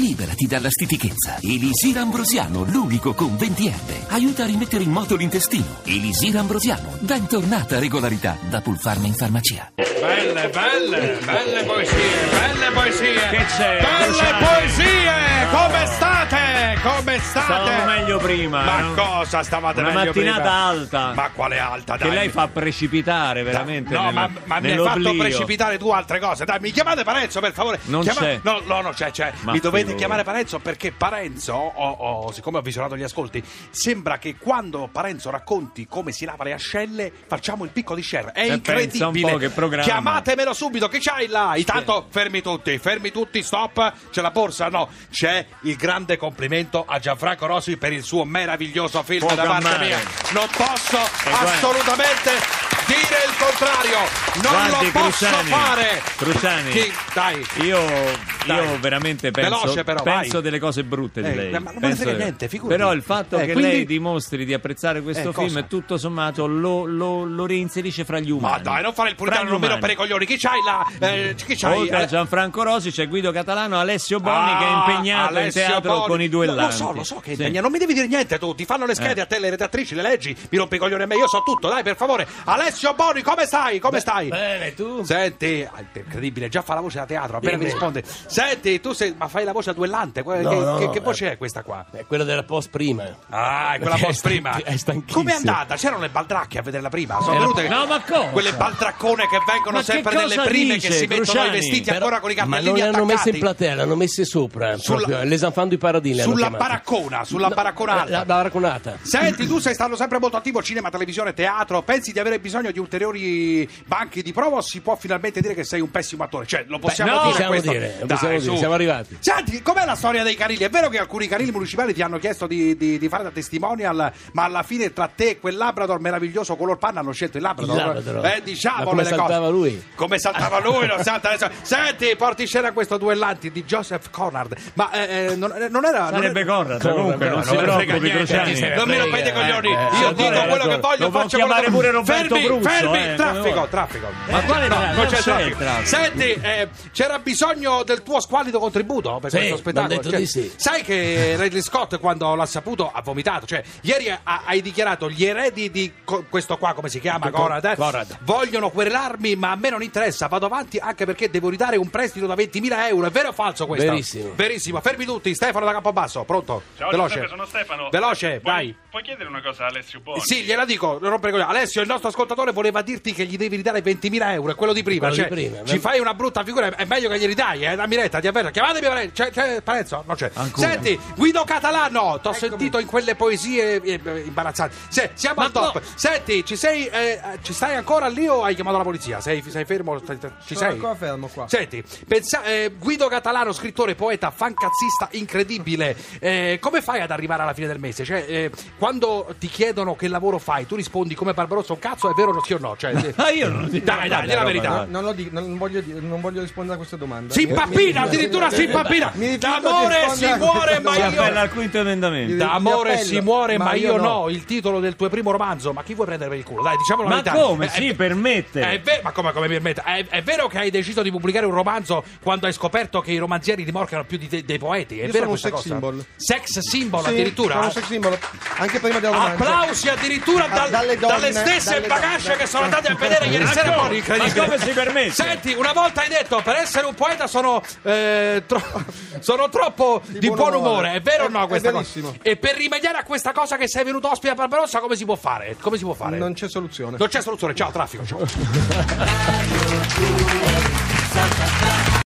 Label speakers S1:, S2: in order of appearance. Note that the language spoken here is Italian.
S1: Liberati dalla stitichezza. Elisir Ambrosiano, l'unico con 20 erbe. Aiuta a rimettere in moto l'intestino. Elisir Ambrosiano, bentornata regolarità da Pulfarma in farmacia.
S2: Belle, belle, belle poesie, belle poesie.
S3: Che c'è,
S2: Belle
S3: Luciano?
S2: poesie! Come state? Come state?
S3: Stavo meglio prima.
S2: Ah, eh. Ma
S3: no?
S2: cosa stavate
S3: Una
S2: meglio prima?
S3: mattinata alta.
S2: Ma quale alta, dai?
S3: Che lei fa precipitare veramente.
S2: No,
S3: nel-
S2: ma, ma mi hai fatto
S3: nell'oblio.
S2: precipitare tu altre cose. Dai, mi chiamate Parenzo per favore.
S3: Non
S2: Chiama-
S3: c'è.
S2: No, no, no, c'è, c'è.
S3: Ma
S2: mi dovete
S3: figurati.
S2: chiamare Parenzo perché Parenzo, oh, oh, siccome ho visionato gli ascolti, sembra che quando Parenzo racconti come si lava le ascelle, facciamo il picco di share. È
S3: Eh, pensa un
S2: incredibile.
S3: po' che programma.
S2: Chiamatemelo subito, che c'hai là? Intanto fermi tutti, fermi tutti, stop. C'è la borsa? No. C'è il grande complimento a Gianfranco Rossi per il suo meraviglioso film
S3: Poco
S2: da parte
S3: amare.
S2: mia. Non posso
S3: guarda.
S2: assolutamente dire il contrario. Non
S3: Guardi,
S2: lo posso
S3: Cruciani,
S2: fare.
S3: Cruciani.
S2: Chi- Dai.
S3: Io,
S2: Dai.
S3: io veramente penso,
S2: Veloce però, vai.
S3: penso delle cose brutte di
S2: Eh,
S3: lei.
S2: ma non me ne
S3: Penso
S2: frega
S3: delle-
S2: niente, figurati.
S3: Però il fatto
S2: Eh,
S3: che
S2: quindi-
S3: lei dimostri di apprezzare questo
S2: Eh, cosa?
S3: film, tutto sommato, lo, lo- lo reinserisce fra gli umani.
S2: Ma dai, non fare il
S3: Fra
S2: puritano
S3: gli
S2: nemmeno
S3: umani.
S2: per i coglioni. Chi c'hai là? Eh, chi c'hai?
S3: Oltre a
S2: Eh,
S3: Gianfranco Rosi c'è Guido Catalano, Alessio Boni che è
S2: Ah,
S3: impegnato
S2: Alessio
S3: in teatro
S2: Boni.
S3: con i duellanti.
S2: Lo so, lo so che è
S3: Sì. Eh.
S2: impegnato. Non mi devi dire niente tu. Ti fanno le schede a te, le redattrici, le leggi. Mi rompi i coglioni a me. Io so tutto, dai, per favore. Alessio Boni, come stai? Come stai?
S3: Bene, eh, tu?
S2: Senti, ah, incredibile, già fa la voce da teatro, appena mi risponde. Senti, tu sei, ma fai la voce a duellante? que-
S4: No,
S2: che,
S4: no,
S2: che-
S4: no,
S2: che
S4: eh.
S2: voce è questa qua?
S4: È quella della post prima.
S2: Ah, è quella
S4: Perché
S2: post
S4: è
S2: prima.
S4: stanchi- è stanchissimo.
S2: Come è andata? C'erano le baldracche a vederla prima. Sono
S3: Eh,
S2: venute
S3: no, ma cosa?
S2: quelle baldraccone che vengono
S3: Ma che
S2: sempre nelle
S3: cosa
S2: prime
S3: dice,
S2: che si mettono
S3: Cruciani?
S2: i vestiti
S3: Però-
S2: ancora con i
S4: Ma
S2: cartellini
S4: non le hanno
S2: attaccati.
S4: messe in platea, le hanno messe sopra.
S2: Sulla-
S4: proprio, eh, Les enfants du paradis le hanno
S2: sulla
S4: chiamate.
S2: baraccona, sulla
S4: No, eh,
S2: baraccona alta.
S4: La, la baracconata.
S2: Senti, tu sei stato sempre molto attivo cinema, televisione, teatro. Pensi di avere bisogno di ulteriori banchi di prova o si può finalmente dire che sei un pessimo attore? Cioè, lo possiamo
S4: no,
S2: dire
S4: possiamo
S2: questo?
S4: dire, possiamo dire,
S2: su.
S4: siamo arrivati.
S2: Senti, com'è la storia dei carili? È vero che alcuni carili municipali ti hanno chiesto di, di- di fare da testimonial, ma alla fine tra te e quel Labrador meraviglioso color panna hanno scelto il Labrador.
S4: Il Labrador.
S2: Eh, diciamole
S4: Ma come
S2: le cose.
S4: saltava lui?
S2: Come saltava lui, lo salta adesso. Senti, porti in scena questo duellanti di Joseph Conrad. Ma eh, eh, non, eh, non era... non
S3: Sarebbe
S2: era-
S3: Conrad,
S4: Conrad,
S3: comunque, non
S4: Conrad,
S3: si
S4: non me ne frega
S3: preoccupi,
S4: niente,
S3: Cruciani.
S4: chi se ne
S2: Non mi
S4: frega,
S2: rompete i
S4: eh,
S2: coglioni,
S4: eh,
S2: io
S4: eh,
S2: dico
S4: eh,
S2: quello che
S3: eh,
S2: voglio,
S3: lo può
S2: faccio quello che
S3: chiamare pure Roberto
S2: Fermi,
S3: Bruzzo,
S2: fermi,
S3: eh,
S2: traffico,
S3: allora.
S2: traffico.
S3: Ma
S2: Eh,
S3: quale
S2: no,
S3: tra-
S2: non c'è
S3: non c'è
S2: traffico.
S3: traffico.
S2: Senti, eh, c'era bisogno del tuo squallido contributo per
S4: Sì,
S2: questo spettacolo.
S4: m'han detto
S2: Cioè,
S4: di sì.
S2: Sai che Ridley Scott quando l'ha saputo ha vomitato, cioè ieri ha- hai dichiarato gli eredi di co- questo qua come si chiama
S4: Co-
S2: Conrad, eh?
S4: Conrad.
S2: vogliono querelarmi, ma a me non interessa, vado avanti anche perché devo ridare un prestito da 20.000 euro, è vero o falso questo?
S4: Verissimo.
S2: Verissimo. Fermi tutti, Stefano da Campobasso, pronto?
S5: Ciao
S2: Veloce.
S5: Giuseppe, sono Stefano.
S2: Veloce,
S5: Puoi-
S2: vai.
S5: Puoi chiedere una cosa a Alessio Boni?
S2: Sì, gliela dico, non rompere i coglioni. Alessio, il nostro ascoltatore voleva dirti che gli devi ridare 20.000 euro, è quello di prima.
S4: Quello
S2: cioè,
S4: di prima,
S2: Ci
S4: beh.
S2: fai una brutta figura, è meglio che glieli dai, eh, dammi retta, ti avverto. Chiamatemi Parenzo, c'è, c'è Parenzo? Non c'è.
S3: Ancora.
S2: Senti, Guido Catalano, ti ho sentito in quelle poesie eh, eh, imbarazzanti. Se- siamo
S3: Ma
S2: al top.
S3: no.
S2: Senti, ci sei, eh, ci stai ancora lì o hai chiamato la polizia? Sei, sei fermo? Stai- Ci sei?
S6: ancora fermo qua.
S2: Senti, pensa- eh, Guido Catalano, scrittore, poeta, fancazzista incredibile, eh, come fai ad arrivare alla fine del mese? Cioè, eh, quando ti chiedono che lavoro fai, tu rispondi come Barbarossa un cazzo, è vero o no, sì o no? Cioè, eh,
S3: Ma io non
S2: dai, dai, dai, la verità.
S6: Non, lo dico, non, voglio, dire- non voglio rispondere a questa domanda.
S2: Si
S6: Mi- mi-
S2: impappina,
S6: mi-
S2: addirittura si impappina.
S6: Mi rifiuto di
S2: D'amore si
S6: rispondere
S2: muore,
S6: a questa
S2: ma
S3: Si
S2: io...
S3: appella al quinto emendamento.
S6: Da-
S2: D'amore
S6: Mi appello,
S2: si muore, ma, io no.
S6: no.
S2: Il titolo del tuo primo romanzo, ma chi vuoi prendere per il culo? Dai, diciamo la
S3: Ma
S2: verità.
S3: come
S2: Eh,
S3: si
S2: eh,
S3: permette?
S2: È ve- ma come, come mi permette? È, è vero che hai deciso di pubblicare un romanzo quando hai scoperto che i romanzieri dimorcano più di te- dei poeti? È
S6: Io
S2: vero questa
S6: sono un sex
S2: cosa?
S6: symbol.
S2: Sex symbol
S6: Sì,
S2: addirittura?
S6: sono un sex symbol, anche prima della domanda.
S2: Applausi addirittura
S6: Ah,
S2: dal- dalle,
S6: dalle donne,
S2: stesse
S6: dalle
S2: bagasce
S6: donne.
S2: che sono andate a vedere ieri sera. Poi, incredibile.
S3: Ma come si permette?
S2: Senti, una volta hai detto per essere un poeta sono, eh, tro- sono troppo di, buon, umore. È vero o no
S6: È-
S2: questa
S6: è
S2: cosa?
S6: verissimo.
S2: E per rimediare a questa cosa che sei venuto ospite a Barbarossa, come si può fare? Come si può fare?
S6: Non c'è soluzione.
S2: Non c'è soluzione. Ciao, traffico. Ciao.